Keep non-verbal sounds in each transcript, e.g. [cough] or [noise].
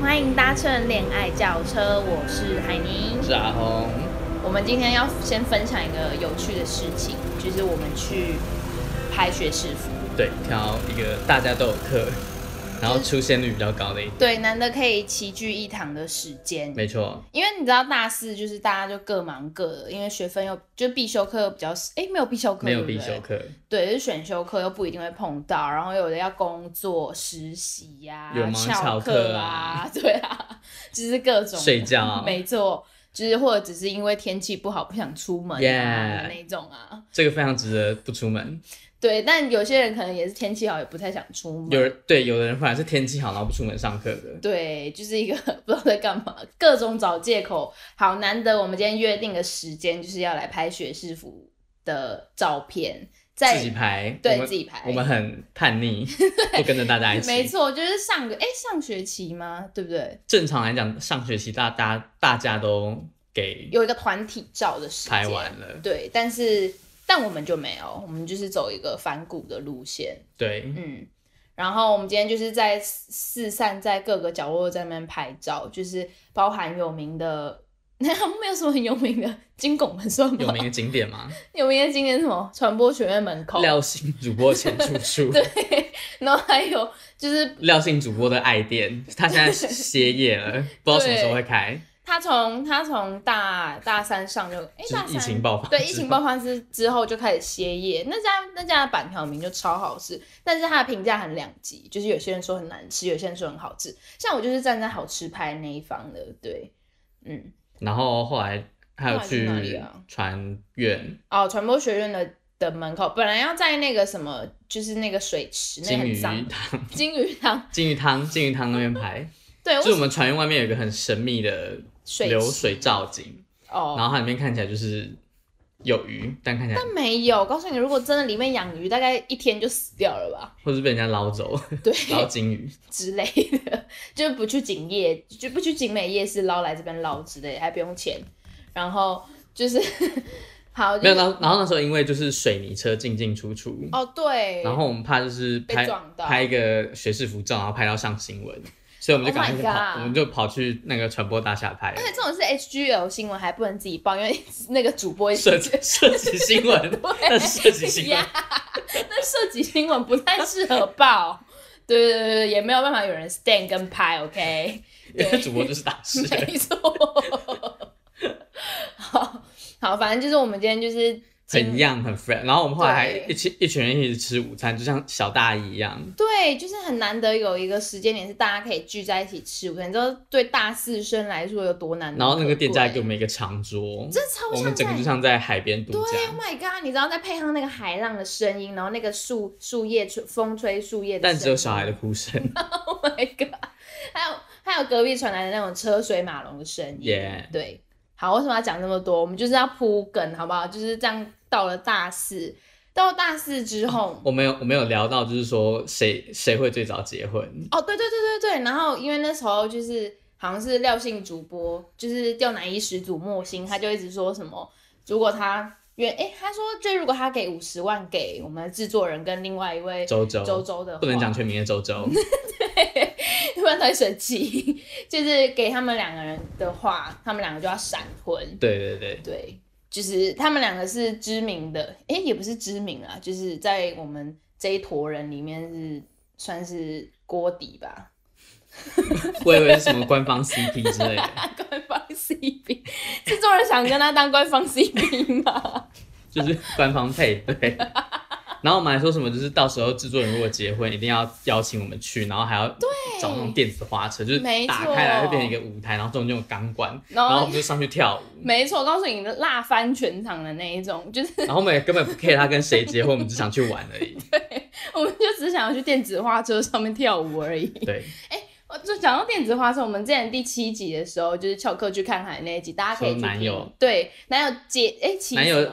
欢迎搭乘恋爱轿车，我是海宁我。是啊嗯阿红，我们今天要先分享一个有趣的事情，就是我们去拍学士服。对，挑一个大家都有课，然后出现率比较高的一点，对，难得可以齐聚一堂的时间，没错，因为你知道大四就是大家就各忙各的，因为学分又就必修课又比较少，哎，没有必修课，没有对必不对修，课，对，就是选修课又不一定会碰到，然后有的要工作、实习呀、有忙翘翘课课啊 [laughs] 啊，对啊，就是各种的睡觉啊没错，就是或者只是因为天气不好不想出门啊 Yeah 那种啊，这个非常值得不出门。对，但有些人可能也是天气好也不太想出门，有人对有的人反而是天气好，然后不出门上课的，对，就是一个 [laughs] 不知道在干嘛，各种找借口。好，难得我们今天约定的时间就是要来拍学士服的照片，在自己排，对我们自己排我们很 [laughs] 叛逆，不跟着大家一起。没错，就是上个哎、上学期吗？对不对？正常来讲，上学期大大大家都给有一个团体照的时间，拍完了，对，但是但我们就没有，我们就是走一个反骨的路线，对，嗯。然后我们今天就是在四散在各个角落在那边拍照，就是包含有名的， [laughs] 没有什么很有名的金拱门算吗？有名的景 [laughs] 点嘛，有名的景点是什么？传播学院门口，廖姓主播前 [laughs] 住处，然后还有就是廖姓主播的爱店，他现在歇业了，不知道什么时候会开，他从他从大大三上就哎、就大是三疫情爆发，对疫情爆，发之之后就开始歇业，那家那家的板条名就超好吃，但是它的评价很两极，就是有些人说很难吃，有些人说很好吃。像我就是站在好吃派那一方的，对，嗯，然后后来还有去后来去哪里啊传院，哦，传播学院的的门口本来要在那个什么，就是那个水池，那金个鱼很脏，汤，金鱼汤， [laughs] 金鱼汤，金鱼汤那边 [laughs] 拍，对，就是哎我我们船院外面有一个很神秘的水流池水造景，哦然，后它里面看起来就是有鱼，但看起来没有，我告诉你，如果真的里面养鱼，大概一天就死掉了吧？或是被人家 [laughs] 捞走，对，捞金鱼，之类的，就不去景业，就不去景美夜市捞来这边捞之类，还不用钱。然后就是好，没就有，是然后然后那时候因为就是水泥车进进出出，哦，对，然后我们怕就是被拍撞到拍一个学士服照，然后拍到上新闻，所以我们就 Oh my 赶快去跑 God 我们就跑去那个传播大厦拍而且这种是 HGL 新闻还不能自己报，因为那个主播涉 [laughs] 及涉及新闻，那是涉及新闻呀， [laughs] 那涉及新闻不太适合报。对对对对，也没有办法有人 stand 跟拍，OK。 [laughs] 因为主播就是大师。没错。好 [laughs] 好，反正就是我们今天就是很样很 friend，然后我们后来还嗯对一起一群人一起吃午餐，就像小大姨一样。对，就是很难得有一个时间点是大家可以聚在一起吃午餐，你知道对大四生来说有多难能然后那个店家可给贵我们一个长桌，这超我像们整个就在。像在海边度对假，Oh，my god！你知道再配上那个海浪的声音，然后那个树树叶吹风吹树叶的声音，但只有小孩的哭声。 Oh my god！还有还有隔壁传来的那种车水马龙的声音。 [laughs] Yeah 对，好，为什么要讲这么多？我们就是要铺梗，好不好？就是这样，到了大四，到了大四之后。我没有我没有聊到，就是说谁谁会最早结婚？哦，对对对对对，然后因为那时候就是好像是廖姓主播，就是钓乃伊始祖莫星，他就一直说什么，如果他愿哎，他说就如果他给五十万给我们的制作人跟另外一位周周周周的话，不能讲 [laughs] 全名的周周，不然他会生气， [laughs] 就是给他们两个人的话，他们两个就要闪婚，对对对，对。就是他们两个是知名的，哎、也不是知名啊，就是在我们这一坨人里面是算是锅底吧，我以为是什么官方 CP 之类的，官方 [laughs] CP，制作人想跟他当官方 CP 吗？就是官方配 [laughs] 对。然后我们还说什么，就是到时候制作人如果结婚，一定要邀请我们去，然后还要找那种电子花车，就是没错打开来会变成一个舞台，然后中间有钢管，然然后后我们就上去 [laughs] 跳舞。 [laughs] 没错，告诉你辣翻全场的那一种，就是然后我们也根本不 care 他跟谁结婚，我们只想去玩而 [laughs] 已。我们就只想要去电子花车上面跳舞而已。 [laughs] 对，我就讲到电子花车，我们之前第七集的时候，就是翘课去看海那一集，大家可以去说男听友对男友接哎骑男什友么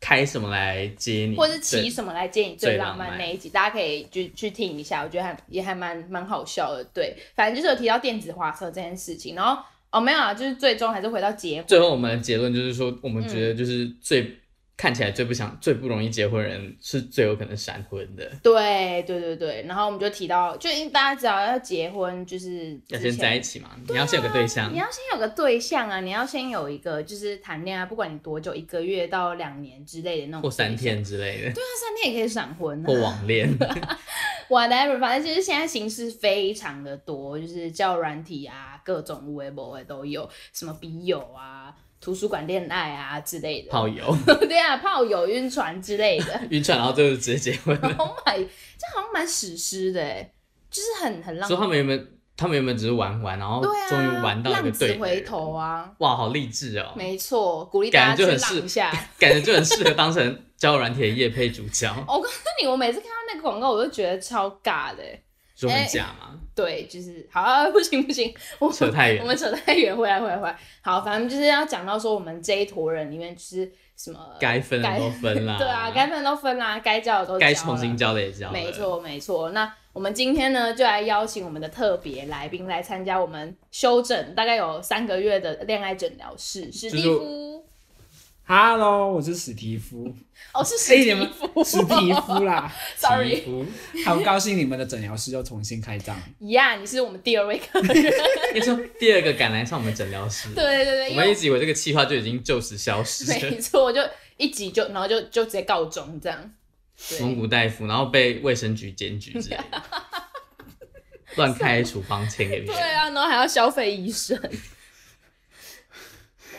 开什么来接你，或者是骑对什么来建议最最浪浪漫漫那一集，大家可以就去听一下，我觉得还也还蛮蛮好笑的。对，反正就是有提到电子花车这件事情，然后哦没有啊，就是最终还是回到结婚。最后我们的结论就是说，我们觉得就是最看起来最不想、最不容易结婚的人是最有可能闪婚的，对对对对，然后我们就提到，就因为大家只要要结婚，就是要之先前在一起嘛，你要先有个对象你，要先有个对啊象啊，你要先有一个就是谈恋爱，不管你多久，一个月到两年之类的那种，或三，天之类的，对啊，三天也可以闪婚、啊或，网恋， whatever，反正就是现在形式非常的多，就是交友软体啊，各种微博的都有，什么笔友啊、图书馆恋爱啊之类的，泡友，对啊，炮友晕船之类 [laughs] 的晕船，然后最后就直接结 [laughs] 婚了。 ，Oh my，这好像蛮史诗的欸，就是很很浪说他们原本他们原本只是玩玩，然后对啊，终于玩到一个浪子对的回人头啊，哇，好励志哦！没错，鼓励大家感觉去就很浪一适 [laughs] 下。，感觉就很适合当成交友软体的夜配主 [laughs] 角，我告诉你，我每次看到那个广告，我都觉得超尬的欸。说很假嘛，对，就是好、啊， [laughs] 不行不行，我扯太我远。们扯太远，回来回来回来。好，反正就是要讲到说我们这一坨人里面就是什么，该分的该都分啦，哎 [laughs] 对啊，该分都分啦，该交的都交该了重新交的也交了，没，错没错。那我们今天呢，就来邀请我们的特别来宾来参加我们休整大概有三个月的恋爱诊疗室，史蒂夫。 Hello，我是史蒂夫，哦，是史蒂哎你们夫，史蒂夫啦， Sorry，好高兴你们的诊疗室又重新开张。呀你是我们第二位客 [laughs] 人。你说第二个赶来上我们诊疗室，对对对，我因为们一直以为这个计划就已经就此消失了，没错，我就一集就，然后就就直接告终这样。对，蒙古大夫，然后被卫生局检举 [laughs] 之类的，啊乱开处方签给别对人，啊，然后还要消费医生。 [laughs]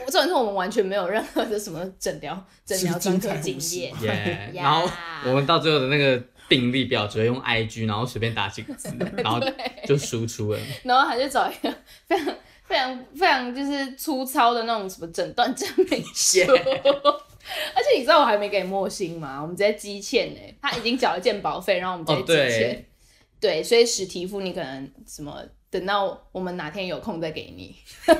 我重点是我们完全没有任何的什么诊疗诊疗专科经验，，耶 [laughs] 然后我们到最后的那个病历表只会用 IG，然后随便打几个字，然后就输 [laughs] 出了。然后还去找一个非常非常非常就是粗糙的那种什么诊断证明书。 [laughs] 而且你知道我还没给莫欣吗？我们直接积欠呢、他已经缴了健保费，然后我们直接哦积对欠。对，所以史提夫你可能什么等到我们哪天有空再给你。 [laughs] 这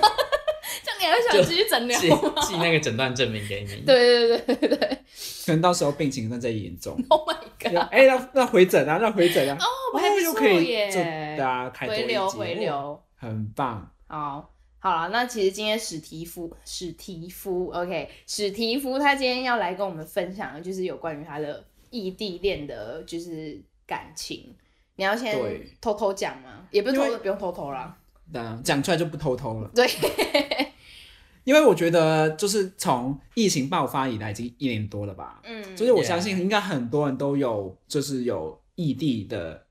样你还会想继续诊疗寄吗？寄那个诊断证明给你。对对对对对对可能到时候病情真的严 [laughs] 重， ，Oh my 哎 god！、那那回诊啊，那回诊啊，哦，还不又错可以就大耶，家开多一回流集回，哦流。很棒。好，好了，那其实今天史提夫，史提夫，OK，史提夫他今天要来跟我们分享，的就是有关于他的异地恋的，就是感情。你要先对偷偷讲吗？也不是因为偷偷，不用偷偷啦。那讲出来就不偷偷了，对，因为我觉得就是从疫情爆发以来，已经一年多了吧，嗯，就是我相信应该很多人都有，就是有异地的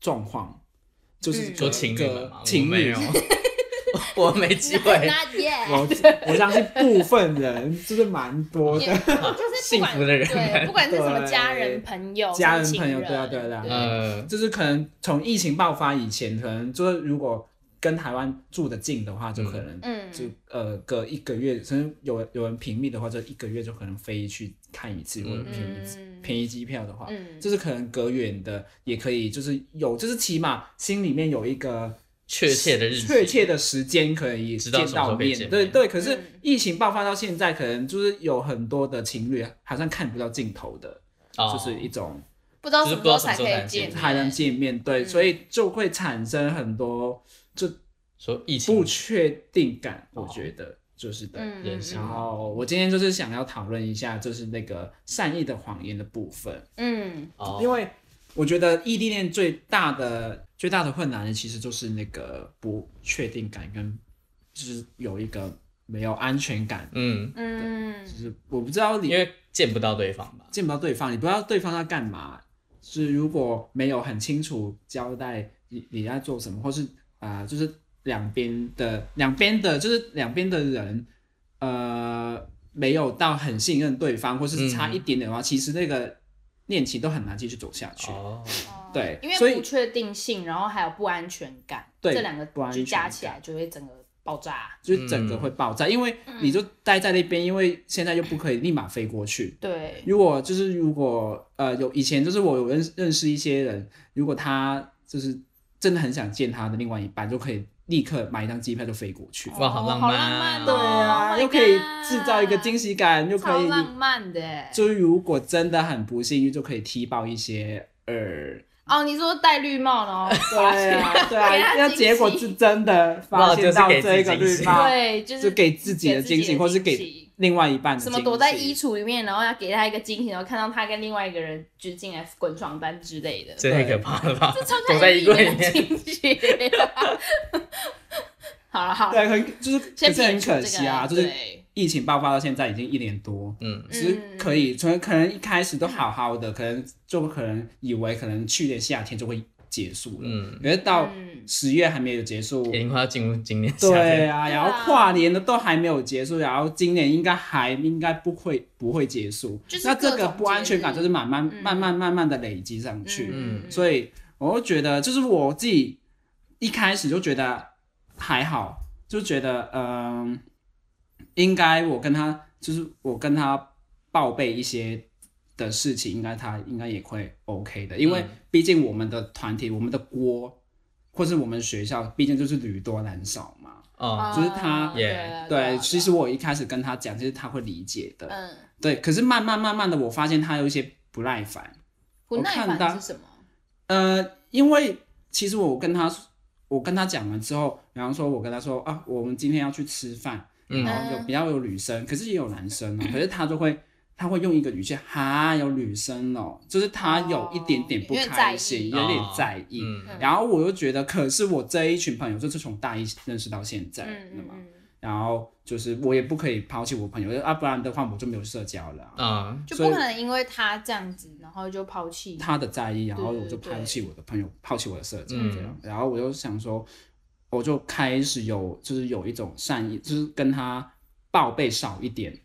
状况，就嗯是各说情侣们各嘛，情我没侣有， [laughs] 我我没机会。 Not yet，我我相信部分人就是蛮多也的， [laughs] 就是不管幸福的人对，不管是什么对家人、朋友、家人亲朋友人对啊对啊对啊呃，就是可能从疫情爆发以前，可能就是如果跟台湾住得近的话，就可能嗯，就呃隔一个月，甚至有有人频密的话，就一个月就可能飞去看一次，嗯或者便宜嗯，便宜机票的话，嗯，就是可能隔远的也可以，就是有就是起码心里面有一个确切的日期，确切的时间可以知道见什么时到候可以面，见对面对。可是嗯疫情爆发到现在，可能就是有很多的情侣好像看不到尽头的，哦就是一种不知道就什是么时候不知道才什可么时候才以能见见才能面。见面，对，嗯所以就会产生很多说疫情不确定感，哦我觉得就是对。嗯，人然生后我今天就是想要讨论一下，就是那个善意的谎言的部分，嗯哦，因为我觉得异地恋最大的最大的困难呢，其实就是那个不确定感跟就是有一个没有安全感，嗯，嗯就，是我不知道你因为见不到对方吧，见不到对方，你不知道对方要干嘛。是如果没有很清楚交代你你在做什么，或是啊、呃就是两边的两边的，就是两边的人，呃，没有到很信任对方，或是嗯差一点点的话，其实那个恋情都很难继续走下去。哦，哦对因所为以不确定性，然后还有不安全感，对这两个不安就全加起来就会整个爆炸。就是整个会嗯爆炸，因为嗯你就待在那边，因为现在又不可以立马飞过去，对，如果就是如果呃有以前就是我有认认识一些人，如果他就是真的很想见他的另外一半，就可以立刻买一张机票就飞过去。哇好浪漫漫漫哦，啊对啊， Oh my 又可以制造一个惊 God，喜感，又可超以浪漫的。就是如果真的很不幸运，就可以踢爆一些呃，哦，你说戴绿帽然后发对现，啊 [laughs] 给对他啊，那惊结果喜是真的发哇就现是到给自己这个惊绿 [laughs] 喜帽，对，就是就给自己的惊喜，或是给给另外一半的什么躲在衣橱，橱里面，然后要给他一个惊喜，然后看到他跟另外一个人就是进来滚床单之类 [laughs] 的，这太可怕了吧？超躲在衣柜里面，进去。 [laughs] 好了好了，对，很就是先可是很撇除可惜啊，这就个是疫情爆发到现在已经一年多，嗯，其实可以，从可能一开嗯始都好好的，可能就可能以为可能去年夏天就会结束了，嗯，可是到嗯十月还没有结束已，经快要进入今年夏对天，对啊啊，然后跨年的都还没有结束，然后今年应该还应该不会不会结束，就是那这各个种不安全感节日就是慢慢、嗯慢慢慢慢的累积上去，嗯所以我就觉得，就是我自己一开始就觉得还好，就觉得嗯、应该我跟他就是我跟他报备一些的事情，应该他应该也会 OK 的，因为嗯毕竟我们的团体、我们的锅，或是我们学校，毕竟就是屡多难少嘛。哦，啊就是他对也啊啊对，其实啊我一开始跟他讲，其实他会理解的。嗯，对，啊可是慢慢慢慢的，我发现他有一些不耐烦。不我耐看烦到是什么？呃，因为其实我跟他，我跟他讲完之后，比方说，我跟他说啊，我们今天要去吃饭，嗯然后有比较有女生，可是也有男生哦，可是他就会他会用一个语气，哈，有女生哦，就是他有一点点不哦有点在开意心，有点在意。嗯嗯然后我又觉得，可是我这一群朋友就是从大一认识到现在嗯的嗯嘛，嗯，然后就是我也不可以抛弃我朋友，啊，不然的话我就没有社交了啊、嗯，就所不以可能因为他这样子，然后就抛弃他的在意，然后对我就对抛弃我的朋友，抛弃我的社交嗯这样，然后我就想说，我就开始有就是有一种善意，就是跟他报备少一点。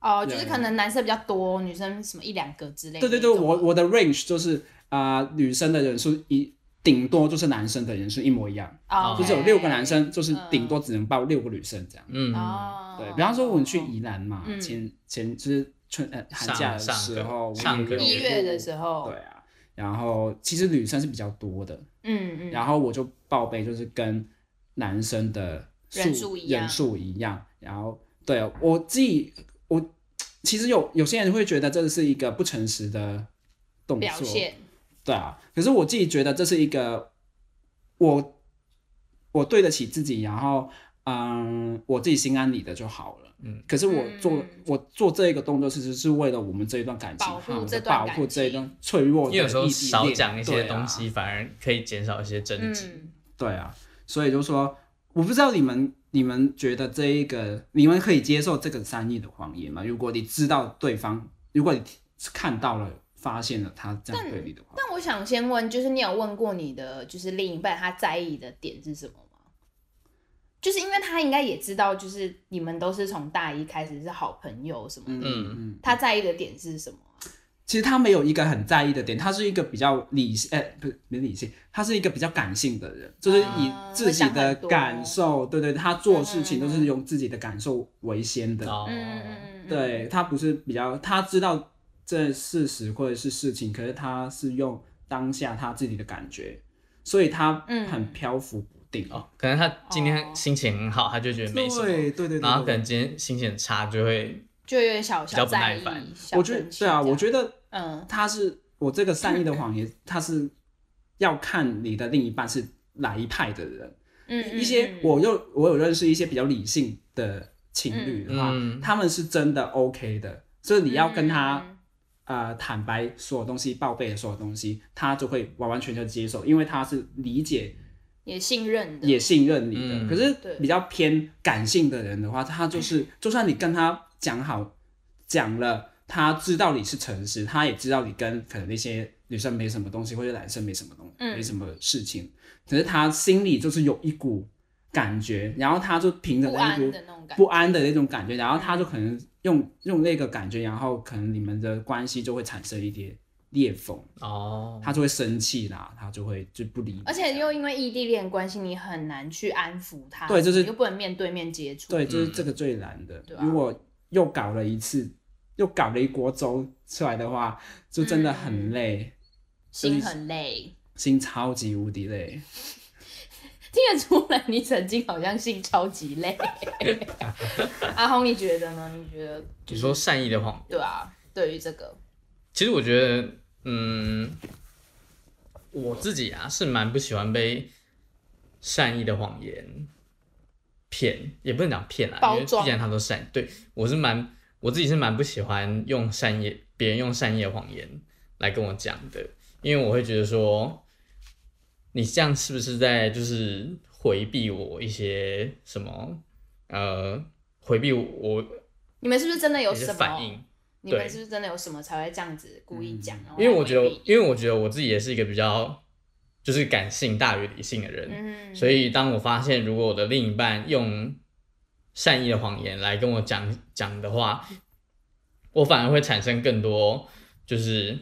哦，就是对啊可能男生比较多，女生什么一两个之类的对那对种。对，我我的 range 就是啊、呃女生的人数一顶多就是男生的人数一模一样，哦，就是有 OK 六个男生，就是顶多只能报六个女生这样。嗯，哦，对，比方说我们去哦宜兰嘛，嗯前前就是春呃寒上假的上时个候，我上也个有一月的时候，对啊，然后其实女生是比较多的，嗯嗯，然后我就报备就是跟男生的人数一样人数一样，然后对啊我自己我其实有有些人会觉得这是一个不诚实的动表作，现对啊，可是我自己觉得这是一个我我对得起自己，然后嗯我自己心安理得就好了。嗯，可是我做、嗯我做这个动作，其实是为了我们这一段感情，保护好的这段保护感这一情段脆弱因为的有时候异地少恋讲一些对啊东西，反而可以减少一些争执。嗯，对啊，所以就说，我不知道你们你们觉得这一个，你们可以接受这个善意的谎言吗？如果你知道对方，如果你看到了，发现了他这样对你的话，但我想先问，就是你有问过你的就是另一半他在意的点是什么吗？就是因为他应该也知道，就是你们都是从大一开始是好朋友什么的，嗯嗯嗯，他在意的点是什么啊？其实他没有一个很在意的点，他是一个比较理性，哎、不是没理性，他是一个比较感性的人，就是以啊自己会想的很多感受，对对，他做事情都嗯嗯是用自己的感受为先的，哦，嗯嗯嗯，嗯，对他不是比较，他知道这事实或者是事情，可是他是用当下他自己的感觉，所以他嗯很漂浮不定。哦，可能他今哦天心情很好，他就觉得没什么，对对对对，然后可对能今天心情很差，就会就有点小比小较不在耐意烦。小我觉得生气这对啊，样我觉得嗯他是我这个善意的谎言，他是要看你的另一半是哪一派的人。嗯嗯一些嗯我又我有认识一些比较理性的情侣的话，嗯他们是真的 OK 的，就是你要跟他。嗯呃坦白所有东西，报备所有东西，他就会完完全全接受，因为他是理解也信任的，也信任你的。嗯可是对比较偏感性的人的话，[laughs] 他就是就算你跟他讲好讲了，他知道你是诚实，他也知道你跟可能那些女生没什么东西，或者男生没什么东嗯没什么事情，可是他心里就是有一股感觉，然后他就凭着不那一股安的那种感不觉，安的那种感觉，然后他就可能用用那个感觉，然后可能你们的关系就会产生一些裂缝，哦，他就会生气啦，他就会就不理你，嗯而且又因为异地恋关系，你很难去安抚他，对就是你又不能面对面接触，对，嗯就是这个最难的。对啊如果又搞了一次，又搞了一锅粥出来的话，就真的嗯很累，心很累。心超级无敌累。听得出来，你曾经好像性超级 [laughs] 累。阿红，你觉得呢？你觉得你说善意的谎对啊？对于这个，其实我觉得，嗯，我自己啊是蛮不喜欢被善意的谎言骗，也不能讲骗啦，啊包因为装既然他都善意，对我是蛮我自己是蛮不喜欢用善意，别人用善意的谎言来跟我讲的，因为我会觉得说，你这样是不是在就是回避我一些什么，呃，回避我你们是不是真的有一些什么反应？你们对嗯是不是真的有什么才会这样子故意讲？然后因为我觉得来回，避因为我觉得我自己也是一个比较就是感性大于理性的人，嗯，所以当我发现如果我的另一半用善意的谎言来跟我讲讲的话，我反而会产生更多就是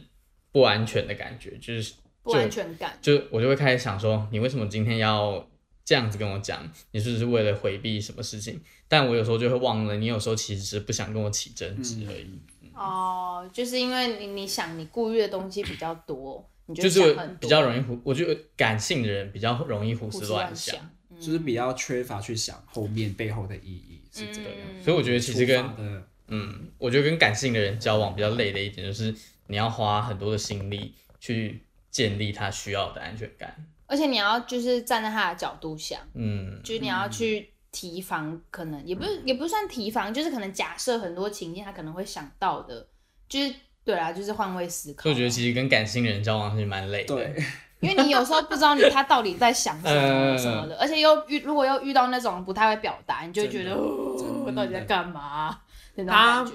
不安全的感觉，就是不安全感。就我就会开始想说，你为什么今天要这样子跟我讲？你是不是为了回避什么事情？但我有时候就会忘了，你有时候其实是不想跟我起争执而已。哦，就是因为你你想你顾虑的东西比较多，你就是想我很多比较容易胡，我觉得感性的人比较容易胡胡思思乱乱想，，嗯就是比较缺乏去想后面背后的意义是这样。嗯所以我觉得其实出跟发的嗯，我觉得跟感性的人交往比较累的一点就是你要花很多的心力去建立他需要的安全感。而且你要就是站在他的角度想，嗯，就是你要去提防，可能也不是也不算提防，就是可能假设很多情境他可能会想到的，就是对啦，就是换位思考。啊所以我觉得其实跟感性的人交往是蛮累的。对，因为你有时候不知道你他到底在想什么嗯什么的，而且又遇如果又遇到那种不太会表达，你就会觉得真的哦真我的到底在干嘛那种感觉。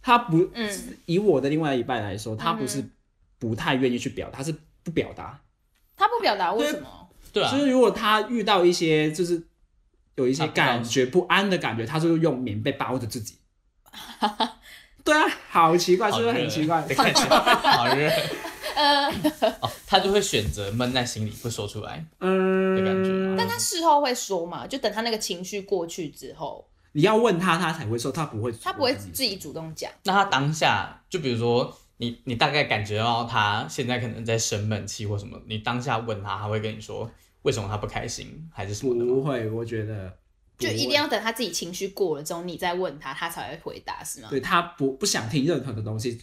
他不，嗯以我的另外一半来说，他不是不太愿意去表达，他是不表达。他不表达为什么？对啊就，是如果他遇到一些就是有一些他不感知道觉不安的感觉，他就用棉被包着 [laughs] 自己。对啊，好奇怪，是好不热是很奇怪？对看起来好热。哦，他就会选择闷在心里不说出来的感觉啊嗯，吗。但他事后会说嘛，就等他那个情绪过去之后，你要问他，他才会说，他不会，他不会自己主动讲。那他当下就比如说你你大概感觉到他现在可能在生闷气或什么，你当下问他，他会跟你说为什么他不开心还是什么的吗？不会，我觉得就不会一定要等他自己情绪过了之后，你再问他，他才会回答，是吗？对他不不想听任何的东西，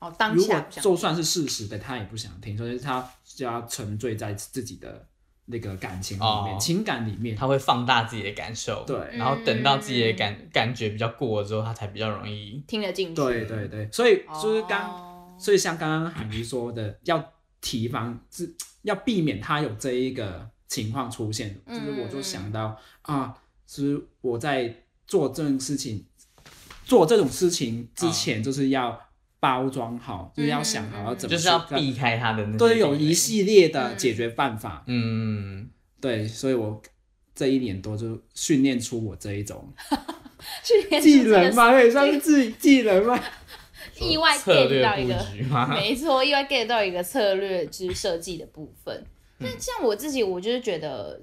哦，当如下果不想就算是事实的，他也不想听，所以他就要沉醉在自己的那个感情里面、哦情感里面。他会放大自己的感受，对然后等到自己的感、感觉比较过了之后，他才比较容易。听得进去。对对对，所以哦，就是刚，所以像刚刚海怡说的，要提防，是要避免他有这一个情况出现。就嗯是我就想到啊，是我在做这种事情，做这种事情哦之前，就是要包装好，就是要想嗯好要怎么就去是要避开他的那些嗯对，有地雷一系列的解决办法。嗯，对，所以我这一年多就训练出我这一种去年技真的能是吗？可以算是技技能吗？意外策 get 略到一个布局 [laughs] 吗？没错，意外 get 到一个策略之设计的部分。嗯那像我自己，我就是觉得，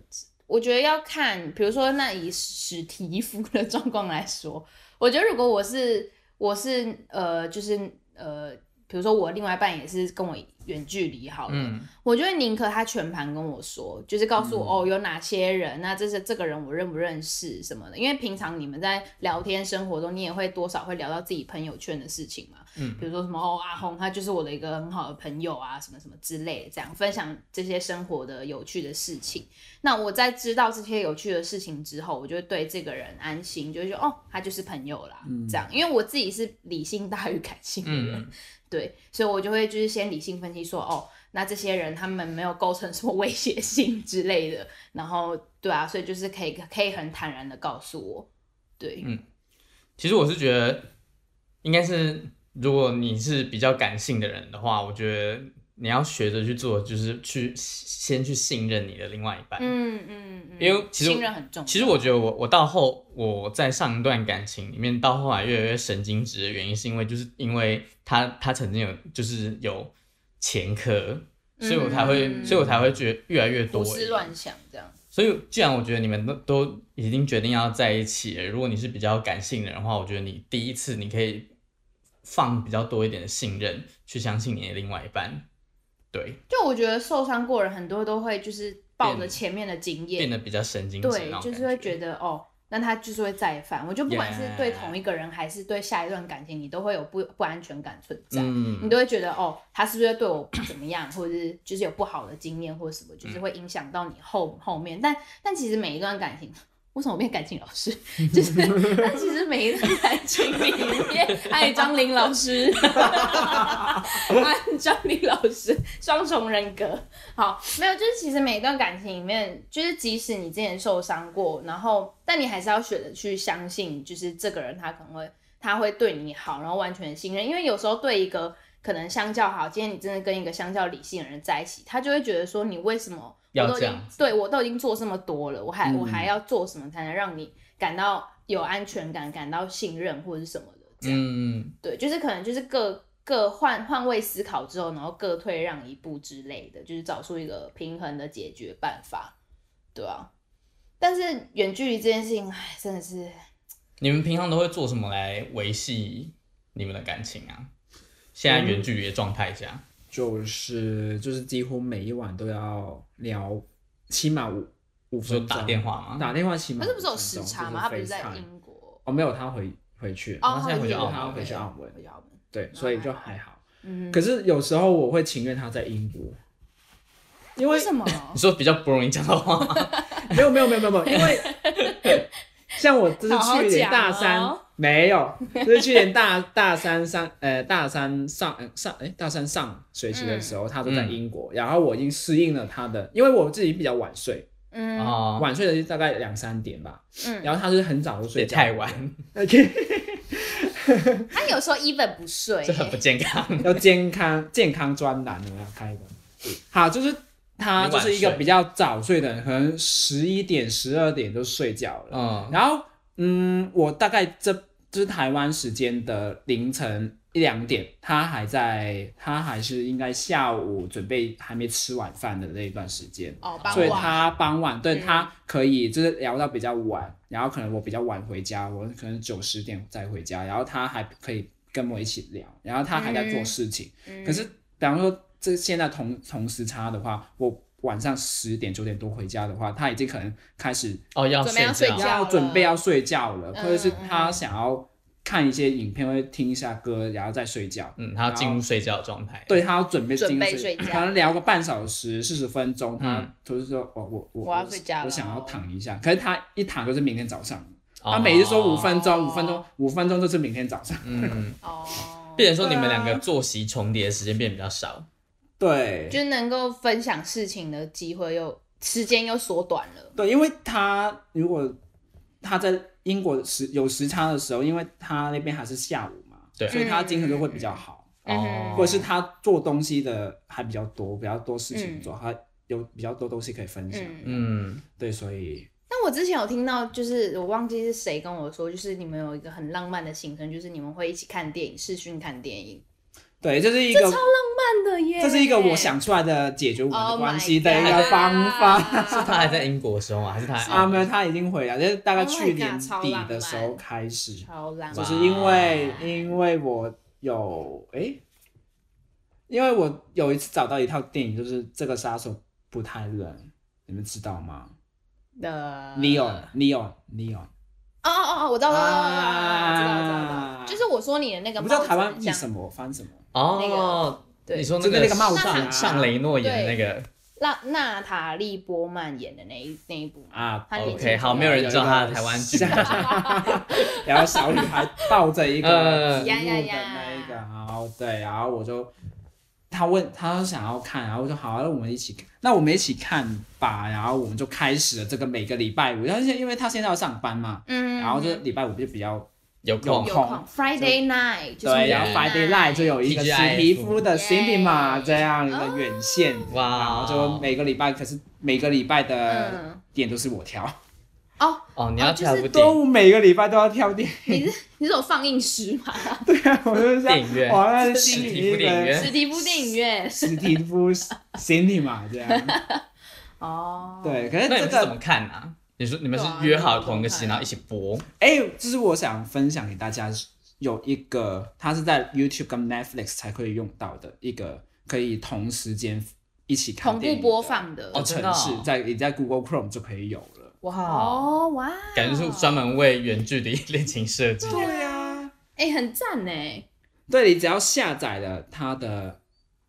我觉得要看，比如说，那以史提夫的状况来说，我觉得如果我是我是呃，就是呃，比如说我另外一半也是跟我远距离好了，嗯，我就会宁可他全盘跟我说，就是告诉我、哦有哪些人，那这是这个人我认不认识什么的。因为平常你们在聊天生活中，你也会多少会聊到自己朋友圈的事情嘛，嗯，比如说什么哦阿红他就是我的一个很好的朋友啊，什么什么之类的，这样分享这些生活的有趣的事情。那我在知道这些有趣的事情之后，我就会对这个人安心，就是说哦他就是朋友啦，这样。因为我自己是理性大于感性的人，嗯对，所以我就会就是先理性分析说，哦，那这些人他们没有构成什么威胁性之类的，然后对啊，所以就是可以可以很坦然的告诉我，对，嗯其实我是觉得，应该是如果你是比较感性的人的话，我觉得你要学着去做，就是去先去信任你的另外一半。嗯嗯嗯，因为其实信任很重要，其实我觉得我我到后我在上一段感情里面到后来越来越神经质的原因，是因为就是因为他他曾经有就是有前科，所以我才会、嗯所以我才会觉得越来越多欸胡思乱想这样，所以既然我觉得你们都都已经决定要在一起了，如果你是比较感性的人的话，我觉得你第一次你可以放比较多一点的信任去相信你的另外一半，对，就我觉得受伤过的人很多都会就是抱着变前面的经验变得比较神经质对，就是会觉得得哦，那他就是会再犯。我就不管是对 Yeah 同一个人还是对下一段感情，你都会有不不安全感存在，嗯你都会觉得哦，他是不是对我不怎么样，或者是就是有不好的经验或者什么，就是会影响到你后后面。但但其实每一段感情。为什么我变感情老师？就是 [laughs] 他其实每一段感情里面，爱张琳老师， [laughs] 爱张琳老师，双重人格。好，没有，就是其实每一段感情里面，就是即使你之前受伤过，然后但你还是要选择去相信，就是这个人他可能会他会对你好，然后完全信任，因为有时候对一个。可能相较好，今天你真的跟一个相较理性的人在一起，他就会觉得说你为什么要我都已这经样对我都已经做这么多了，我还、我嗯还要做什么才能让你感到有安全感、感到信任或者是什么的？这样、嗯，对，就是可能就是各各换换位思考之后，然后各退让一步之类的，就是找出一个平衡的解决办法，对啊。但是远距离这件事情，唉，真的是你们平常都会做什么来维系你们的感情啊？现在远距离的状态下， [laughs] 就是就是几乎每一晚都要聊，起码五五不是分钟打电话吗？打电话起码可是不是有五分时钟差吗？嗯就是他不是在 FaceTime 英国哦，没有他回回去，哦，现在回去英国澳门对回去澳门回去澳门，对，所以就还好。嗯，可是有时候我会情愿他在英国，因为为什么？你说比较不容易讲到话吗？没有没有没有没有没有， [laughs] 因为像我这是好好去年讲大三、哦没有，这是去年大大三上呃大三上呃上哎、大三上学期的时嗯候，他都在英国，然后我已经适应了他的，因为我自己比较晚睡，嗯哦，晚睡的大概两三点吧，嗯，然后他就是很早就也睡觉，太晚，他有时候 even 不睡、这很不健康。 [laughs] 要健康健康专栏有没有开的？好，就是他就是一个比较早睡的人，可能十一点、十二点就睡觉了。嗯，然后，嗯，我大概这就是台湾时间的凌晨一两点，他还在，他还是应该下午准备还没吃晚饭的那一段时间，哦，傍所以晚他傍晚对嗯他可以就是聊到比较晚，然后可能我比较晚回家，我可能九十点再回家，然后他还可以跟我一起聊，然后他还在做嗯事情。嗯可是，比方说这现在同同时差的话，我晚上十点九点多回家的话，他已经可能开始哦，要准备要睡睡觉觉。要了准备要睡觉了，嗯或者是他想要看一些影片，会听一下歌，然后再睡觉。嗯，他要进入睡觉的状态。对他要准备进准备睡睡觉可能聊个半小时、四十分钟，嗯他就是说，哦、我我我要睡觉了我想要躺一下。可是他一躺就是明天早上，哦，他每次说五分钟，哦五分钟，五分钟就是明天早上。 [laughs] 嗯，哦，变成说你们两个作息重叠的时间变比较少。对，就是能够分享事情的机会又时间又缩短了，对，因为他如果他在英国时有时差的时候，因为他那边还是下午嘛，对所以他精神就会比较好，嗯哦，或者是他做东西的还比较多，比较多事情做，他有比较多东西可以分享。嗯。嗯，对，所以但我之前有听到，就是我忘记是谁跟我说，就是你们有一个很浪漫的行程，就是你们会一起看电影，视讯看电影，对，这是一个慢的耶这是一个我想出来的解决我们的 Oh my 关系的一个方法。 God 是他还在英国的时候吗？还是他在啊，澳没有，门？他已经回来，就是大概 Oh my 去 God，年超底浪的时候漫开始， [laughs] 超浪漫，就哇是因为因为我有诶，因为我有一次找到一套电影，就是《这个杀手不太冷》，你们知道吗的？Leon Leon Leon，哦哦哦，我知道，我知道，我知道，我知道我知道啊，就是我说你的那我个不帽知子很道台像，湾译什么翻什么，哦，对你说就是那个帽子啊上上雷诺演的那个。娜娜塔莉波曼演的那一那一部嘛啊她年 OK，轻的时候好没有人知道他的台湾剧下， [laughs] 然后小女孩抱着一个呃植物的呀呀呀那一个，然后对，然后我就他问他想要看，然后我说好啊，那我们一起看，那我们一起看吧，然后我们就开始了这个每个礼拜五，但是因为他现在要上班嘛，嗯，然后就礼拜五就比较有有空有空空 Friday night，就是对，然后 Friday Friday night 就有一个 TGIF 洗皮肤的 cinema Yeah 这样的远线，哦然哇，后就每个礼拜，可是每个礼拜的嗯，点都是我挑，哦，哦，你要哦就是跳部电端影午每个礼拜都要挑点，你是你是有放映师吗？ [laughs] 啊我就是这样电影院，哇，那实心里体一部电影个史院，蒂夫电影院实体夫 cinema [laughs] 这样， [laughs] 哦，，对。可是那你们这是怎个，么看啊？你说你们对啊是约好同一个那戏，怎么看然后一起播？哎、这是我想分享给大家，有一个它是在 YouTube 跟 Netflix 才可以用到的一个可以同时间一起看同电步影的播放的的哦真的程哦式，在你在 Google Chrome 就可以有了。哇，哦哇，感觉是专门为远距离恋情设计。对呀、啊，哎很赞呢，对你只要下载了它的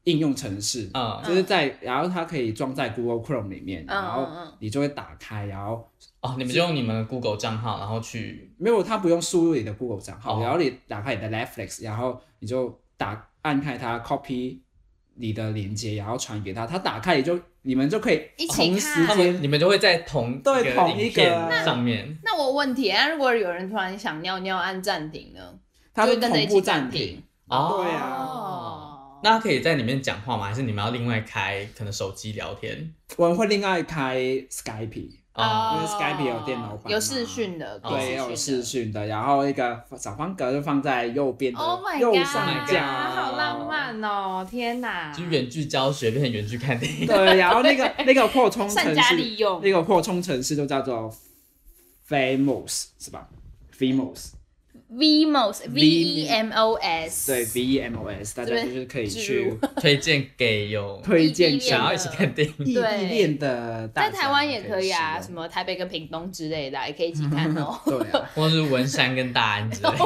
应用程式，啊、嗯就是在然后它可以装在 Google Chrome 里面，嗯然嗯嗯后你就会打开，然后哦，你们就用你们的 Google 账号，然后去没有，它不用输入你的 Google 账号，哦然后你打开你的 Netflix，然后你就打按开它 copy 你的链接，然后传给他，他打开你就你们就可以一起同时看他们，间你们就会在同对一个同一影个啊片上面。那我有问题，啊那如果有人突然想尿尿按暂停呢？它就会会跟着一同起步暂暂停停，哦，对啊哦，那可以在里面讲话吗？还是你们要另外开可能手机聊天？我们会另外开 Skype，因哦为 Skype 有电脑版嘛有视讯的，哦可以对，有视视讯讯的，然后那个小方格就放在右边的 Oh my 右 god，上 god，角，好浪。漫哦！天哪，就是远距教学变成远距看电影。对，然后 [laughs] 那个那个扩充善程加式，利用那个扩充程式就叫做 Famous 是吧？Famous ，Vmos V E M O S，对 V E M O S，大这家边就是可以植入去推荐给有推荐异地给恋想要一起看电影。异地恋的大在家，台湾也可以啊，使什用。么台北跟屏东之类的啊，也可以一起看哦对 [laughs] 啊，或是文山跟大 [laughs] 安之类的。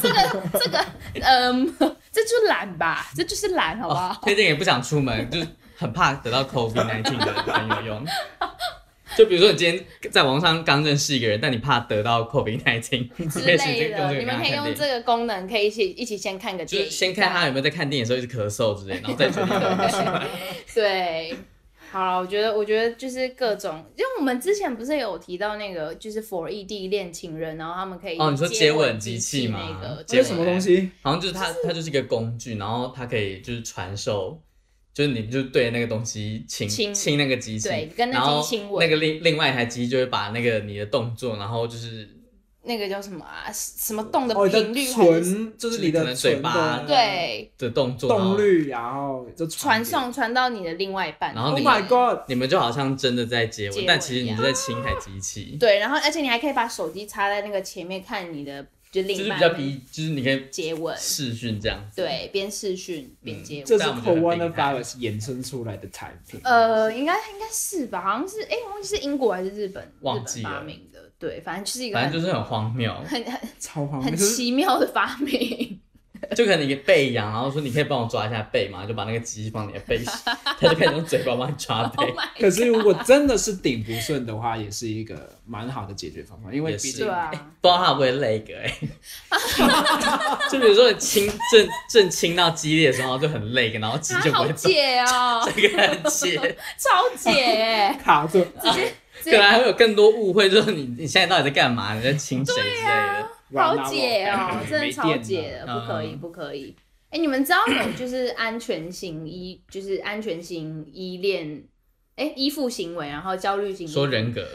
这个这个，嗯，这就是懒吧，这就是懒，好不哦好？推荐给不想出门，就是很怕得到 COVID 1 9的朋友用。就比如说你今天在网上刚认识一个人，但你怕得到 COVID 1 9之类的，你们可以用这个功能，可以一起一起先看个就电影，是先看他有没有在看电影的时候一直咳嗽之类，然后再决定要不要出 [laughs] 门。对，好了，我觉得，我觉得就是各种，因为我们之前不是有提到那个，就是 for 异地恋情人，然后他们可以哦你说接接吻吻机机器器吗那个，接这吻是什么东西？好像就是它，它就是一个工具，然后它可以就是传授，就是你就对那个东西亲亲亲那个机器，对跟那然后机亲吻那个另另外一台机就会把那个你的动作，然后就是那个叫什么啊？什么动的哦，你频的率还是什么？唇就是是你可的能嘴唇巴啊的对，的动作动，率，然后就传给送传到你的另外一半。然后 Oh 你 my god！然后你们就好像真的在接吻，接吻但其实一你样是在亲一台机器，对，然后而且你还可以把手机插在那个前面看你的，就另就一是半比较逼，就是你可以接吻，视讯这样子。对，边视讯边接这吻。是但我们觉得很厉害 coronavirus 衍生出来的产品。嗯呃，应该应该是吧，好像是哎，忘记是英国还是日本忘记日本发了明的，对，反正就是一个反正很就是很荒谬，很很超荒谬，很就是奇妙的发 [laughs] 明。就可能你背痒，然后说你可以帮我抓一下背嘛，就把那个机器放你的背，它就可以用嘴巴帮你 [laughs] 抓 Oh 背。 my，可是如果真的是顶不顺的话，也是一个蛮好的解决方法，因为也是毕哎竟对啊，不知道他会不会累个哎、欸， [laughs] 就比如说你亲正正亲到激烈的时候就很累个，然后急它就不好会走，解哦， [laughs] 这个很切，超解哎， [laughs] 卡住。直接直可能接还会有更多误会，就是你你现在到底在干嘛？你在亲谁之类啊的？好解 [laughs] 哦，真的超解哎了。的，嗯不可以不可以。哎，你们知道有就是安全型依，就是安全型依恋，哎，依附行为，然后焦虑型依说人格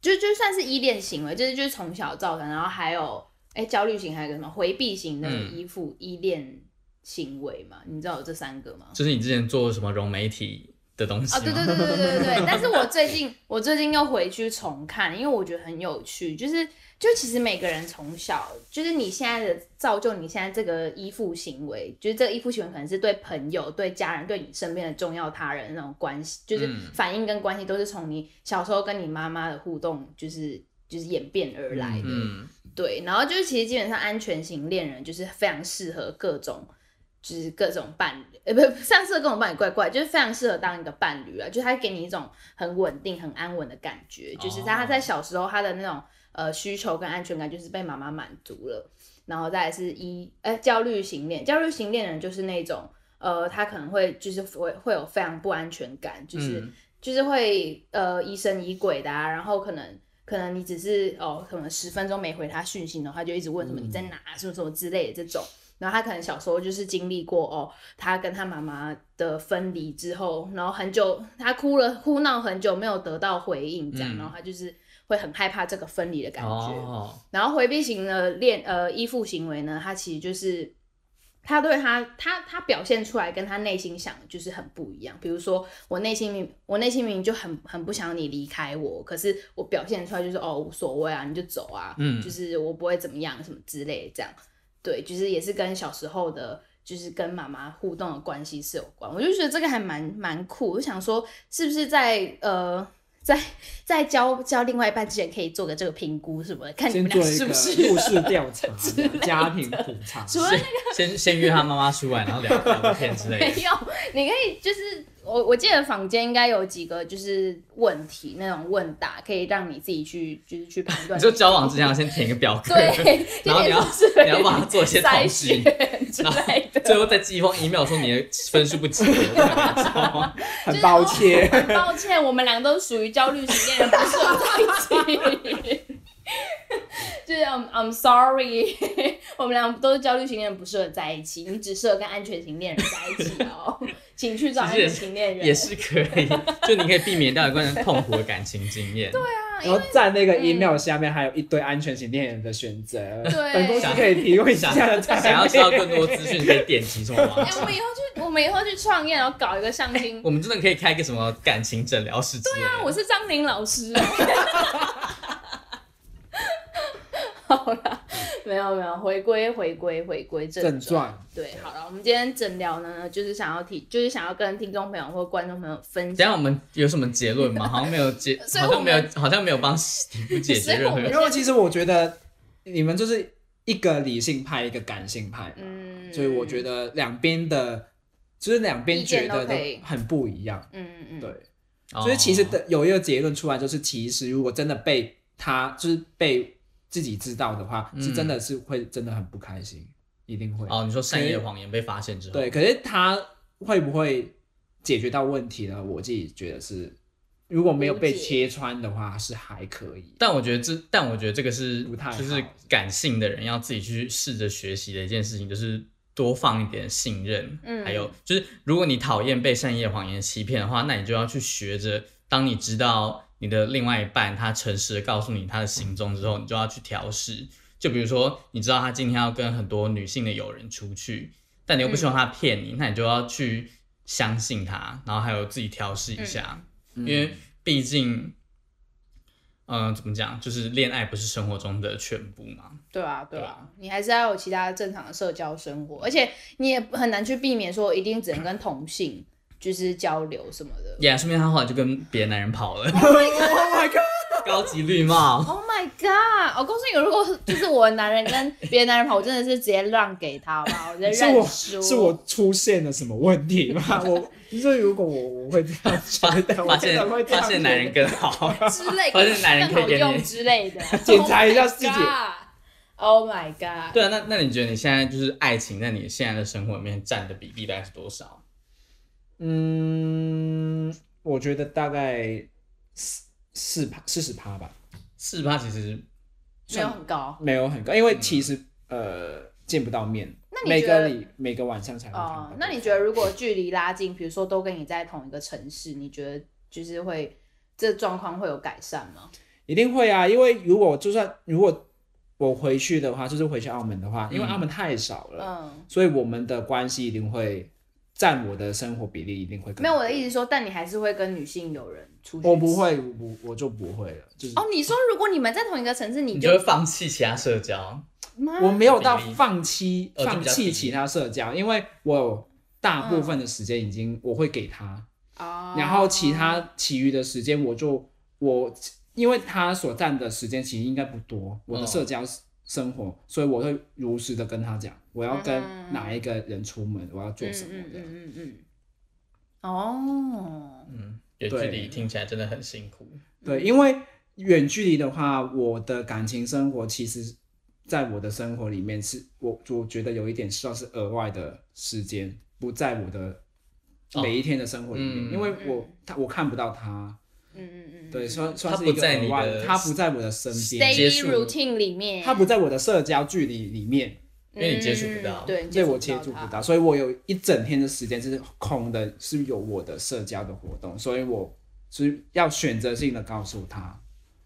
就就算是依恋行为，就是就是从小造成，然后还有哎、焦虑型，还有一个什么回避型的嗯依附、依恋行为嘛？你知道有这三个吗？就是你之前做什么融媒体的东西啊、吗？对对对对对对对。但是我最近我最近又回去重看，因为我觉得很有趣，就是就其实每个人从小就是你现在的造就你现在这个依附行为，就是这个依附行为可能是对朋友、对家人、对你身边的重要他人那种关系，就是嗯反应跟关系都是从你小时候跟你妈妈的互动，就是就是演变而来的。嗯，对，然后就是其实基本上安全型恋人就是非常适合各种，就是各种伴侣，呃，不，上次各种伴侣怪怪，就是非常适合当一个伴侣啊，就是他给你一种很稳定、很安稳的感觉，就是在他哦在小时候他的那种呃需求跟安全感就是被妈妈满足了，然后再来是一呃焦虑型恋，焦虑型恋人就是那种呃他可能会就是会会有非常不安全感，就是。嗯就是会呃疑神疑鬼的、啊，然后可能可能你只是哦，可能十分钟没回他讯息，然后他就一直问嗯什么你在哪，什么什么之类的这种。然后他可能小时候就是经历过哦，他跟他妈妈的分离之后，然后很久他哭了哭闹很久没有得到回应，这样，嗯然后他就是会很害怕这个分离的感觉。哦，然后回避型的恋呃依附行为呢，它其实就是他对他他他表现出来跟他内心想的就是很不一样。比如说我内心明我内心明明就很很不想你离开我，可是我表现出来就是哦无所谓啊，你就走啊，嗯就是我不会怎么样什么之类的这样。对，就是也是跟小时候的。就是跟妈妈互动的关系是有关，我就觉得这个还蛮蛮酷。我就想说，是不是在呃在在交交另外一半之前，可以做个这个评估什么的，看你先们做俩 [laughs] 一是个不 [laughs] 是入室调 [laughs] 查之类的、家庭普查，除了先 [laughs] 先约他妈妈出来，然后聊聊天 [laughs] 之类没的。有，你可以就是我我记得房间应该有几个就是问题那种问答，可以让你自己去就是去判断。你就交往之前要先填一个表格，对， [laughs] 然后你要就是你要帮他做一些筛统计选，之然后类的。 [laughs] 最后再寄一封 email 说你的分数不及格，我才跟你说很抱歉，很抱歉，我们俩都属于焦虑型恋人，不适合在一起。 [laughs] 就是 I'm I'm sorry，我 [laughs] 们俩都是焦虑型恋人，不适合在一起。你只适合跟安全型恋人在一起哦， [laughs] 请去找安全型恋人。也是可以，就你可以避免掉一段痛苦的感情经验。对啊，然后在那个 email 下面还有一堆安全型恋人的选择，对本公司可以提供一下的产想要知品道更多资讯，可以点击什么网哎、我站们以后去，我们以后去创业，然后搞一个相亲。我们真的可以开个什么感情诊疗室之类 [laughs] 的。我是张宁老师。 [laughs] 好啦，没有没有，回归回归回归正正传。传，对，好了，我们今天诊疗呢，就是想要提，就是想要跟听众朋友或观众朋友分等一享，下我们有什么结论吗？好像没有结， [laughs] 所以好我像没们有，好像没有帮媳妇解所决以任我们何。因为其实我觉得你们就是一个理性派，一个感性派嘛，嗯所以我觉得两边的，就是两边觉得都很不一样，嗯嗯，对嗯，。所以其实哦的有一个结论出来，就是其实如果真的被他就是被自己知道的话，嗯是真的是会真的很不开心，一定会。哦，你说善意的谎言被发现之后，对，，可是他会不会解决到问题呢？我自己觉得是，如果没有被无解揭穿的话，是还可以。但我觉得这，但我觉得这个是不太好就是感性的人要自己去试着学习的一件事情，就是多放一点信任。嗯还有就是，如果你讨厌被善意的谎言欺骗的话，那你就要去学着，当你知道你的另外一半他诚实的告诉你他的行踪之后，你就要去调试。就比如说，你知道他今天要跟很多女性的友人出去，但你又不希嗯望他骗你，那你就要去相信他，然后还有自己调嗯试一下，因为毕竟，嗯、怎么讲，就是恋爱不是生活中的全部嘛。对啊对对啊，你还是要有其他正常的社交生活，而且你也很难去避免说一定只能跟同性就是交流什么的。也、yeah, 说明他后来就跟别的男人跑了， Oh my god！ [laughs] 高级绿帽。 Oh my god！我告诉你，如果就是我的男人跟别的男人跑，我真的是直接让给他，好不 [laughs] 好？我直接是认我输。是我出现了什么问题 [laughs] 吗？我就是如果我我会这样觉发得，我发真的会现这样发觉得现男人更好，之类，而且男人可更以好给你用之类 [laughs] 的。检查一下自己 Oh my god！对啊，那那你觉得你现在就是爱情在你现在的生活里面占的比例大概是多少？嗯，我觉得大概四四趴四十趴吧，四趴其实没有很高没有很高，因为其实、呃见不到面，那你每觉得个礼每个晚上才会看到哦、那你觉得如果距离拉近，比如说都跟你在同一个城市，你觉得就是会这状况会有改善吗？一定会啊？因为如果就算如果我回去的话，就是回去澳门的话，因为澳门太少了，嗯，所以我们的关系一定会占我的生活比例一定会更没有我的思。意思说，但你还是会跟女性友人出去。我不。会，我我就不会了，就是、哦，你说如果你们在同一个城市，你你就会放弃其他社交，妈我没有到比例放弃哦就比较放弃低其他社交，因为我有大部分的时间已经我会给他，哦然后其他其余的时间我就我因为他所占的时间其实应该不多，我的社交生活，所以我会如实的跟他讲，我要跟嗯哪一个人出门，我要做什么嗯的。嗯嗯嗯嗯。哦，嗯，远距对离听起来真的很辛苦。对，因为远距离的话，我的感情生活其实，在我的生活里面是我我觉得有一点算是额外的时间，不在我的哦每一天的生活里面，嗯因为我他我看不到他，嗯嗯嗯，对，嗯算算他是不一个在你额外的他不在我的身边，接 daily 触 routine 里面，他不在我的社交距离里面，因为你接触不到嗯对，你对不我接到触不他。到，所以我有一整天的时间是空的，是有我的社交的活动，所以我是要选择性的告诉他。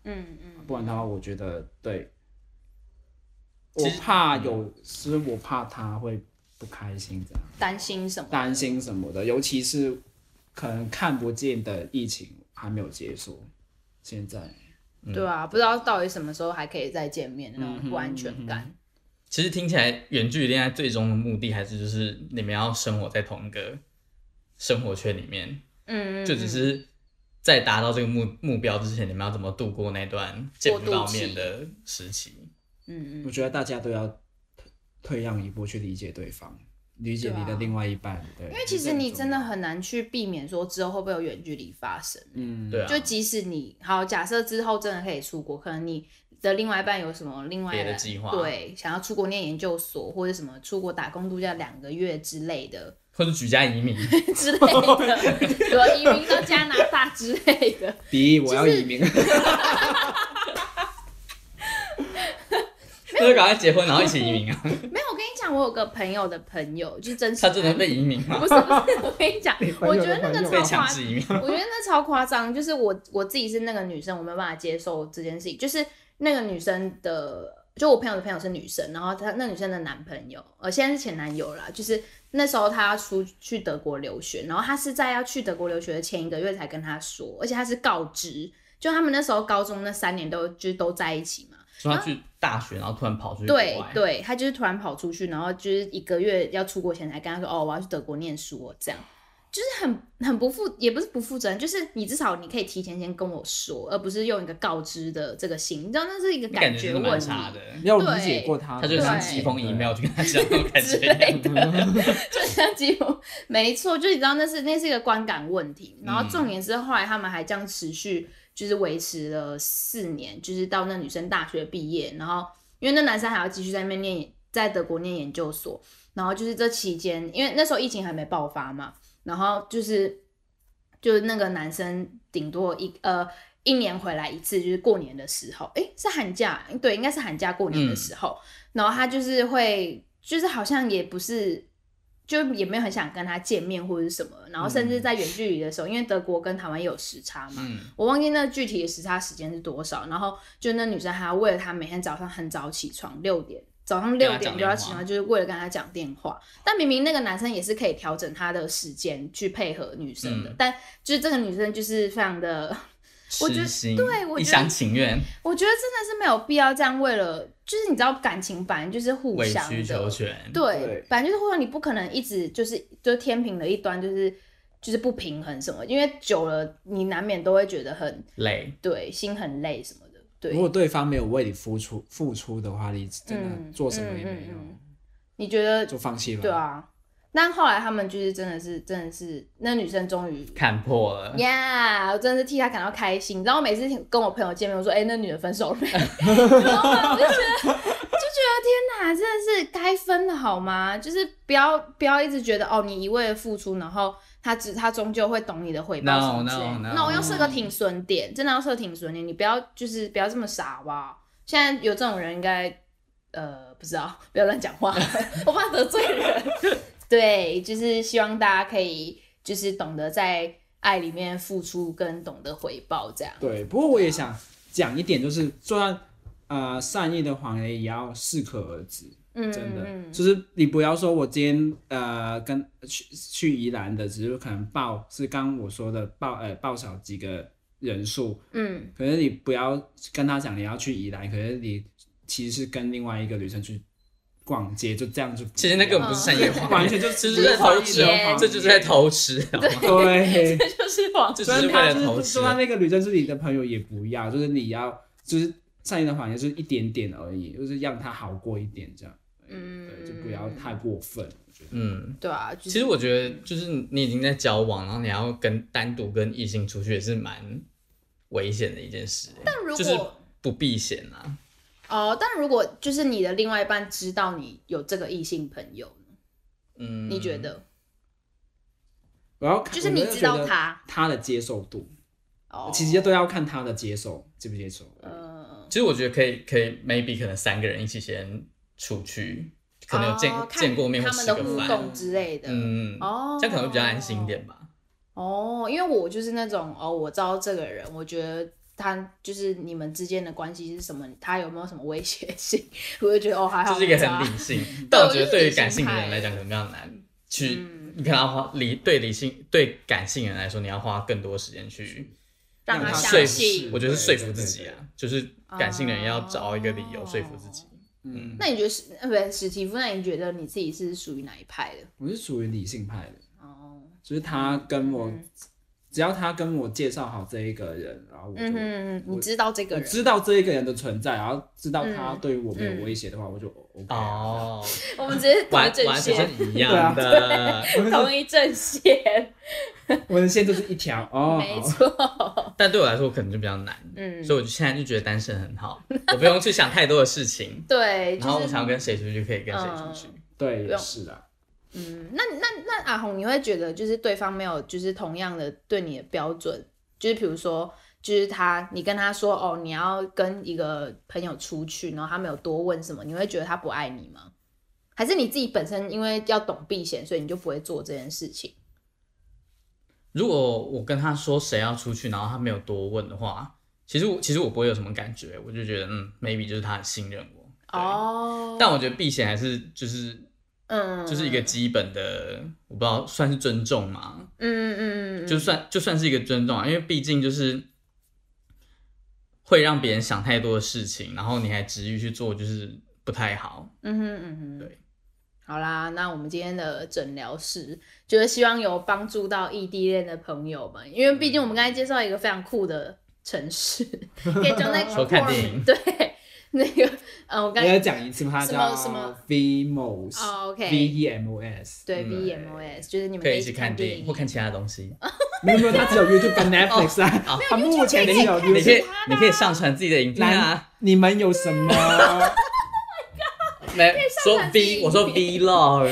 嗯嗯，不然的话，我觉得对，其我实怕有，是我怕他会不开心这样，担心什么？担心什么的，尤其是可能看不见的疫情还没有结束，现在嗯对啊，不知道到底什么时候还可以再见面，那种不安全嗯感。其实听起来，远距离恋爱最终的目的还是就是你们要生活在同一个生活圈里面，嗯，嗯就只嗯是在达到这个目目标之前，你们要怎么度过那段见不到面的时期？嗯嗯，我觉得大家都要退退让一步去理解对方，理解你对的啊另外一半。对，因因为其实你真的很难去避免说之后会不会有远距离发生。嗯，对啊就即使你好，假设之后真的可以出国，可能你的另外一半有什么另外别的计划对，想要出国念研究所或者什么出国打工度假两个月之类 [laughs] 的或者举家移民，之类的，和移民到加拿大之类 [laughs] 的，第一我要移民，，就是赶快结婚，然后一起移民啊！没有，我跟你讲，我有个朋友的朋友，就是真实他案，真的被移民吗？不是，不是我跟你 [laughs] 讲朋友我的觉得那个朋友被 [laughs] 超强夸啊制移民？我觉得那超夸张，就是我我自己是那个女生，我没有办法接受这件事情。就是那个女生的，就我朋友的朋友是女生，然后她那女生的男朋友，呃，现在是前男友啦，就是那时候她要出去德国留学，然后她是在要去德国留学的前一个月才跟她说，而且她是告知，就他们那时候高中那三年都就都在一起嘛，说他去大学，然后突然跑出去国对外，对，他就是突然跑出去，然后就是一个月要出国前才跟他说，哦，我要去德国念书哦，这样就是很很不负，也不是不负责任，就是你至少你可以提前先跟我说，而不是用一个告知的这个心，你知道那是一个那感感觉觉真的问蛮题差的。 [laughs] 要理解过他。他就对像是寄封 email 去跟他讲那种感之觉一类样，的，就像几乎没错，就你知道那是那是一个观感问题。然后重点是后来他们还这样持续，就是维持了四年，就是到那女生大学毕业，然后因为那男生还要继续在那边念，在德国念研究所，然后就是这期间，因为那时候疫情还没爆发嘛，然后就是就是那个男生顶多一呃。一年回来一次，就是过年的时候，诶、是寒假，对，应该是寒假过年的时候，然后他就是会，就是好像也不是，就也没有很想跟他见面或者是什么，然后甚至在远距离的时候，因为德国跟台湾也有时差嘛， [laughs] 嗯，我忘记那具体的时差时间是多少，然后就那女生还要为了他每天早上很早起床，六点早上六点就要起跟床，他讲电话就是为了跟他讲电话。但明明那个男生也是可以调整他的时间去配合女生的，嗯但就是这个女生就是非常的，我觉得痴心，对我觉得一厢情愿，我觉得真的是没有必要这样为了，就是你知道感情本来就是互委相曲求的，全，对对，反正就是或者你不可能一直就是就天平的一端就是。就是不平衡什么，因为久了你难免都会觉得很累，对，心很累什么的。对如，果对方没有为你付出付出的话，你真的嗯做什么也没嗯嗯有，你觉得就放弃了。对，啊？但后来他们就是真的是真的是，那女生终于看破了，呀我真的是替她感到开心。你知道我每次跟我朋友见面，我说：“哎、那女的分手了没？” [laughs] 然后我就觉得就觉得天哪，真的是该分了好吗？就是不要不要一直觉得哦，你一味的付出，然后他只他终究会懂你的回报 No，什么之类的 no，no 嗯那我要设个停损点，真的要设停损点，你不要就是不要这么傻好不好？现在有这种人应该呃不知道，不要乱讲话， [laughs] 我怕得罪人。 [laughs] 对，就是希望大家可以就是懂得在爱里面付出跟懂得回报这样。对。不过我也想讲一点，就是就算呃善意的谎言，也要适可而止。嗯，真的，嗯就是你不要说我今天呃跟去去宜兰的，只是可能报是刚刚我说的报呃报少几个人数，嗯， [laughs] 可是你不要跟他讲你要去宜兰，可是你其实是跟另外一个女生去逛街，就这样就其实那根本不是善意的谎 [laughs] 完言，全就这只 [laughs] 就是在偷吃这是谎哦言，这就是在偷吃，哦好吗对。这就是谎这只虽是然为他了就投是资说。他那个女生是你的朋友，也不要，就是你要就是善意的谎言，就是一点点而已，就是让他好过一点这样。嗯对，就不要太过分。我觉得 [laughs] 嗯，对啊，就是、其实我觉得就是你已经在交往，然后你还要跟单独跟异性出去，也是蛮危险的一件事，但如果、就是不避嫌啊。哦，但如果就是你的另外一半知道你有这个异性朋友呢，嗯，你觉？得？我要看就是你知道他，他的接受度，哦，其实都要看他的接受接不接受。呃，其实我觉得可以，可以，maybe 可能三个人一起先出去，可能有见、哦看见过面或他们吃的个互饭，动之类的，嗯，哦，这样可能会比较安心一点吧。哦，因为我就是那种哦，我知道这个人，我觉得他就是你们之间的关系是什么，他有没有什么威胁性，我就觉得哦还好，这是一个没差很理性，但我觉对我就是得对于理性感性的派人来讲可能比较难去，嗯你可能要花理对理性对感性人来说，你要花更多时间去让他让他相说信服，。我觉得是说服自己对啊，就是感性的人要找一个理由哦说服自己。嗯，那你觉得史呃不是史蒂夫？那你觉得你自己是属于哪一派的？嗯我是属于理性派的，哦，就是他跟我只要他跟我介绍好这一个人，然后我就、嗯哼，你知道这个我人，知道这一个人的存在，然后知道他嗯对于我没嗯有威胁的话，我就 OK [laughs] 啊。哦，我们直接同 [laughs] 完一阵完全线，是一样的。同一阵线， [laughs] 我的线就是一条哦，没好错， [laughs] 但对我来说可能就比较难，嗯，所以我就现在就觉得单身很好，我不用去想太多的事情，对，然后 [laughs] 就我是嗯想要跟谁出去可以跟谁出去。对，不也用是啊。嗯，那那那阿红，你会觉得就是对方没有就是同样的对你的标准，就是比如说，就是他你跟他说哦，你要跟一个朋友出去，然后他没有多问什么，你会觉得他不爱你吗？还是你自己本身因为要懂避嫌，所以你就不会做这件事情？如果我跟他说谁要出去，然后他没有多问的话，其实我其实我不会有什么感觉，我就觉得嗯，maybe 就是他很信任我。对，哦，但我觉得避嫌还是就是嗯，就是一个基本的，我不知道算是尊重嘛，嗯嗯嗯嗯，就算就算是一个尊重啊，因为毕竟就是会让别人想太多的事情，然后你还执意去做，就是不太好。嗯哼嗯哼，对。好啦，那我们今天的诊疗室就是希望有帮助到异地恋的朋友们，因为毕竟我们刚才介绍一个非常酷的城 [laughs] 市，可以装在说看电 [laughs] 影对，那个，呃，我刚我要讲一次吗？它什么叫什么 VMOS，、哦 V ，OK， E M O S，对嗯 VMOS，就是你们可以一一起起嗯看电电影哦或看其他东西，没有没有，它只 [laughs] 有 YouTube 跟 Netflix 哦啊，它目前没有你可 YouTube。以你可以上传自己的影片啊。你们有什么？来说传自己 V，我说 Vlog，可能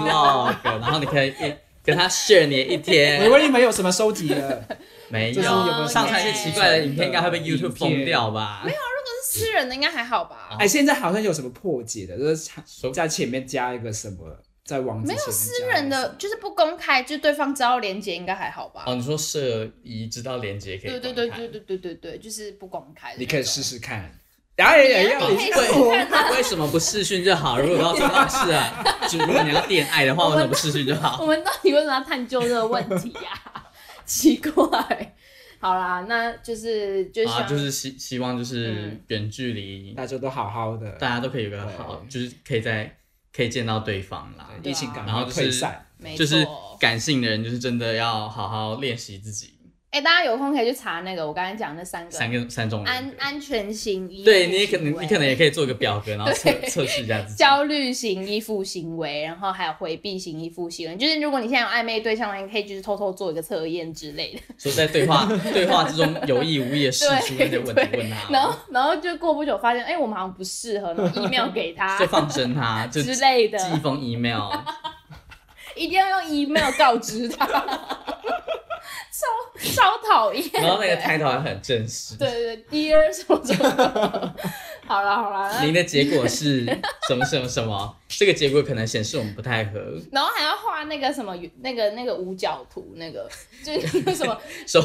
你的哦 Vlog，然后你可以一跟他 share 你的一我以天，为你们有什么收集的，没就是有没有有上传一些奇怪的影片，应该会被影片 YouTube 封掉吧？没有，是私人的应该还好吧？哎，现在好像有什么破解的，就是说在前面加一个什么，在网址没有私人的就是不公开，就是对方知道连接应该还好吧？哦，你说摄移知道连接可以对对观对看对对对对对，就是不公开的那种。你可以试试看。哎呀你呀，要要可以一试 [laughs] 试个看啊为什么不视讯就好？如果要做大事啊， [laughs] 就如果你要恋爱的话，为什么不视讯就好？我们到底为什么要探究这个问题呀、 [laughs] 奇怪。好啦，那就是就啊，想，就是希希望就是嗯远距离，大家都好好的，大家都可以有个好，就是可以在可以见到对方啦。疫情赶然后快就是退散。没就错。是感性的人，就是真的要好好练习自己哎、大家有空可以去查那个我刚才讲的那三个三个三种人安格。安全型依附行对你也可能，为你可能也可以做一个表格，然后测测试一下 [laughs] 自己。焦虑型依附行为，然后还有回避型依附行为。就是如果你现在有暧昧对象的话，你可以就是偷偷做一个测验之类的。说在对话对话之中有意无意的试出那些问题啊 [laughs] 问然他，后然后就过不久发现，哎、我们好像不适合，然后 email 给他 [laughs] 就放生他，就之寄类的，一 [laughs] 封 email，一定要用 [laughs] email 告知他，超超讨厌。然后那个 title 还很正式。对对对，Dear 什么什么 [laughs] 的，好啦好啦，您的结 [laughs] 果是什么什么什么？这个结果可能显示我们不太合，然后还要画那个什么那个那个五角图，那个就是那个什 [laughs] 么说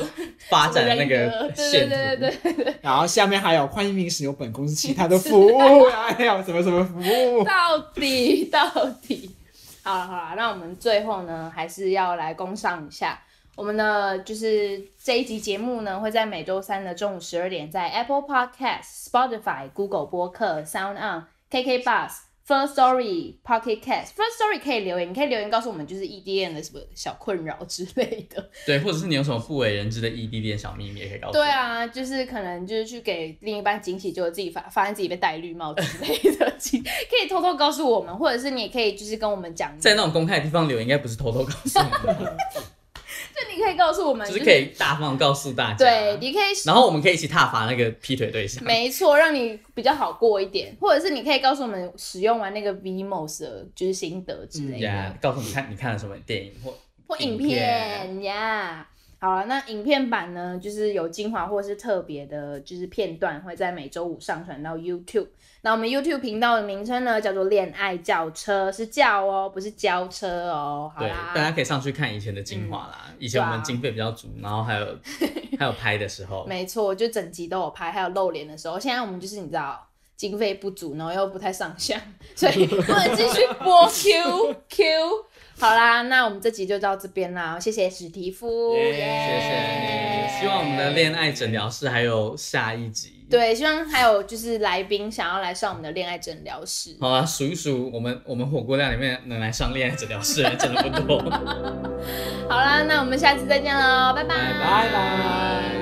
发展的人那格，个对线对对图。对对，然后下面还有欢迎您使用本公司其他的 [laughs] 服务，哎呀，什么什么服务，到底到底，好了好了，那我们最后呢还是要来工商一下。我们的就是这一集节目呢，会在每周三的中午十二点，在 Apple Podcast、Spotify、Google 播客、Sound On、KK Bus、First Story、Pocket Cast、First Story 可以留言，你可以留言告诉我们就是异地恋的什么小困扰之类的。对，或者是你有什么不为人知的异地恋小秘密，也可以告诉我。对，啊，就是可能就是去给另一半惊喜，结果自己发发现自己被戴绿帽之类的， [laughs] 请可以偷偷告诉我们，或者是你也可以就是跟我们讲，在那种公开的地方留，应该不是偷偷告诉你 [laughs] 们，就你可以告诉我们，就是可以啊大方告诉大家。对，，你可以然后我们可以一起踏伐那个劈腿对象。没错，让你比较好过一点，或者是你可以告诉我们使用完那个 VMOS 的就是心得之类的，呀，告诉你看你看了什么电影或或影嗯影片片呀。好了，那影片版呢，就是有精华或是特别的，就是片段会在每周五上传到 YouTube。那我们 YouTube 频道的名称呢，叫做“恋爱轿车”，是轿哦，不是轿车哦。好对，啦，嗯大家可以上去看以前的精华啦。以前我们经费比较足，然后还有还有拍的时候，啊没错，就整集都有拍，还有露脸的时候。现在我们就是你知道经费不足，然后又不太上相，所以不能继续 [laughs] 播 Q Q。好啦，那我们这集就到这边啦，谢谢史蒂夫，耶谢谢你。希望我们的恋爱诊疗室还有下一集。集。，对，希望还有就是来宾想要来上我们的恋爱诊疗室。好啊，数一数，我们我们火锅料里面能来上恋爱诊疗室的人真的不多。好啦，那我们下次再见喽，拜拜，拜拜拜。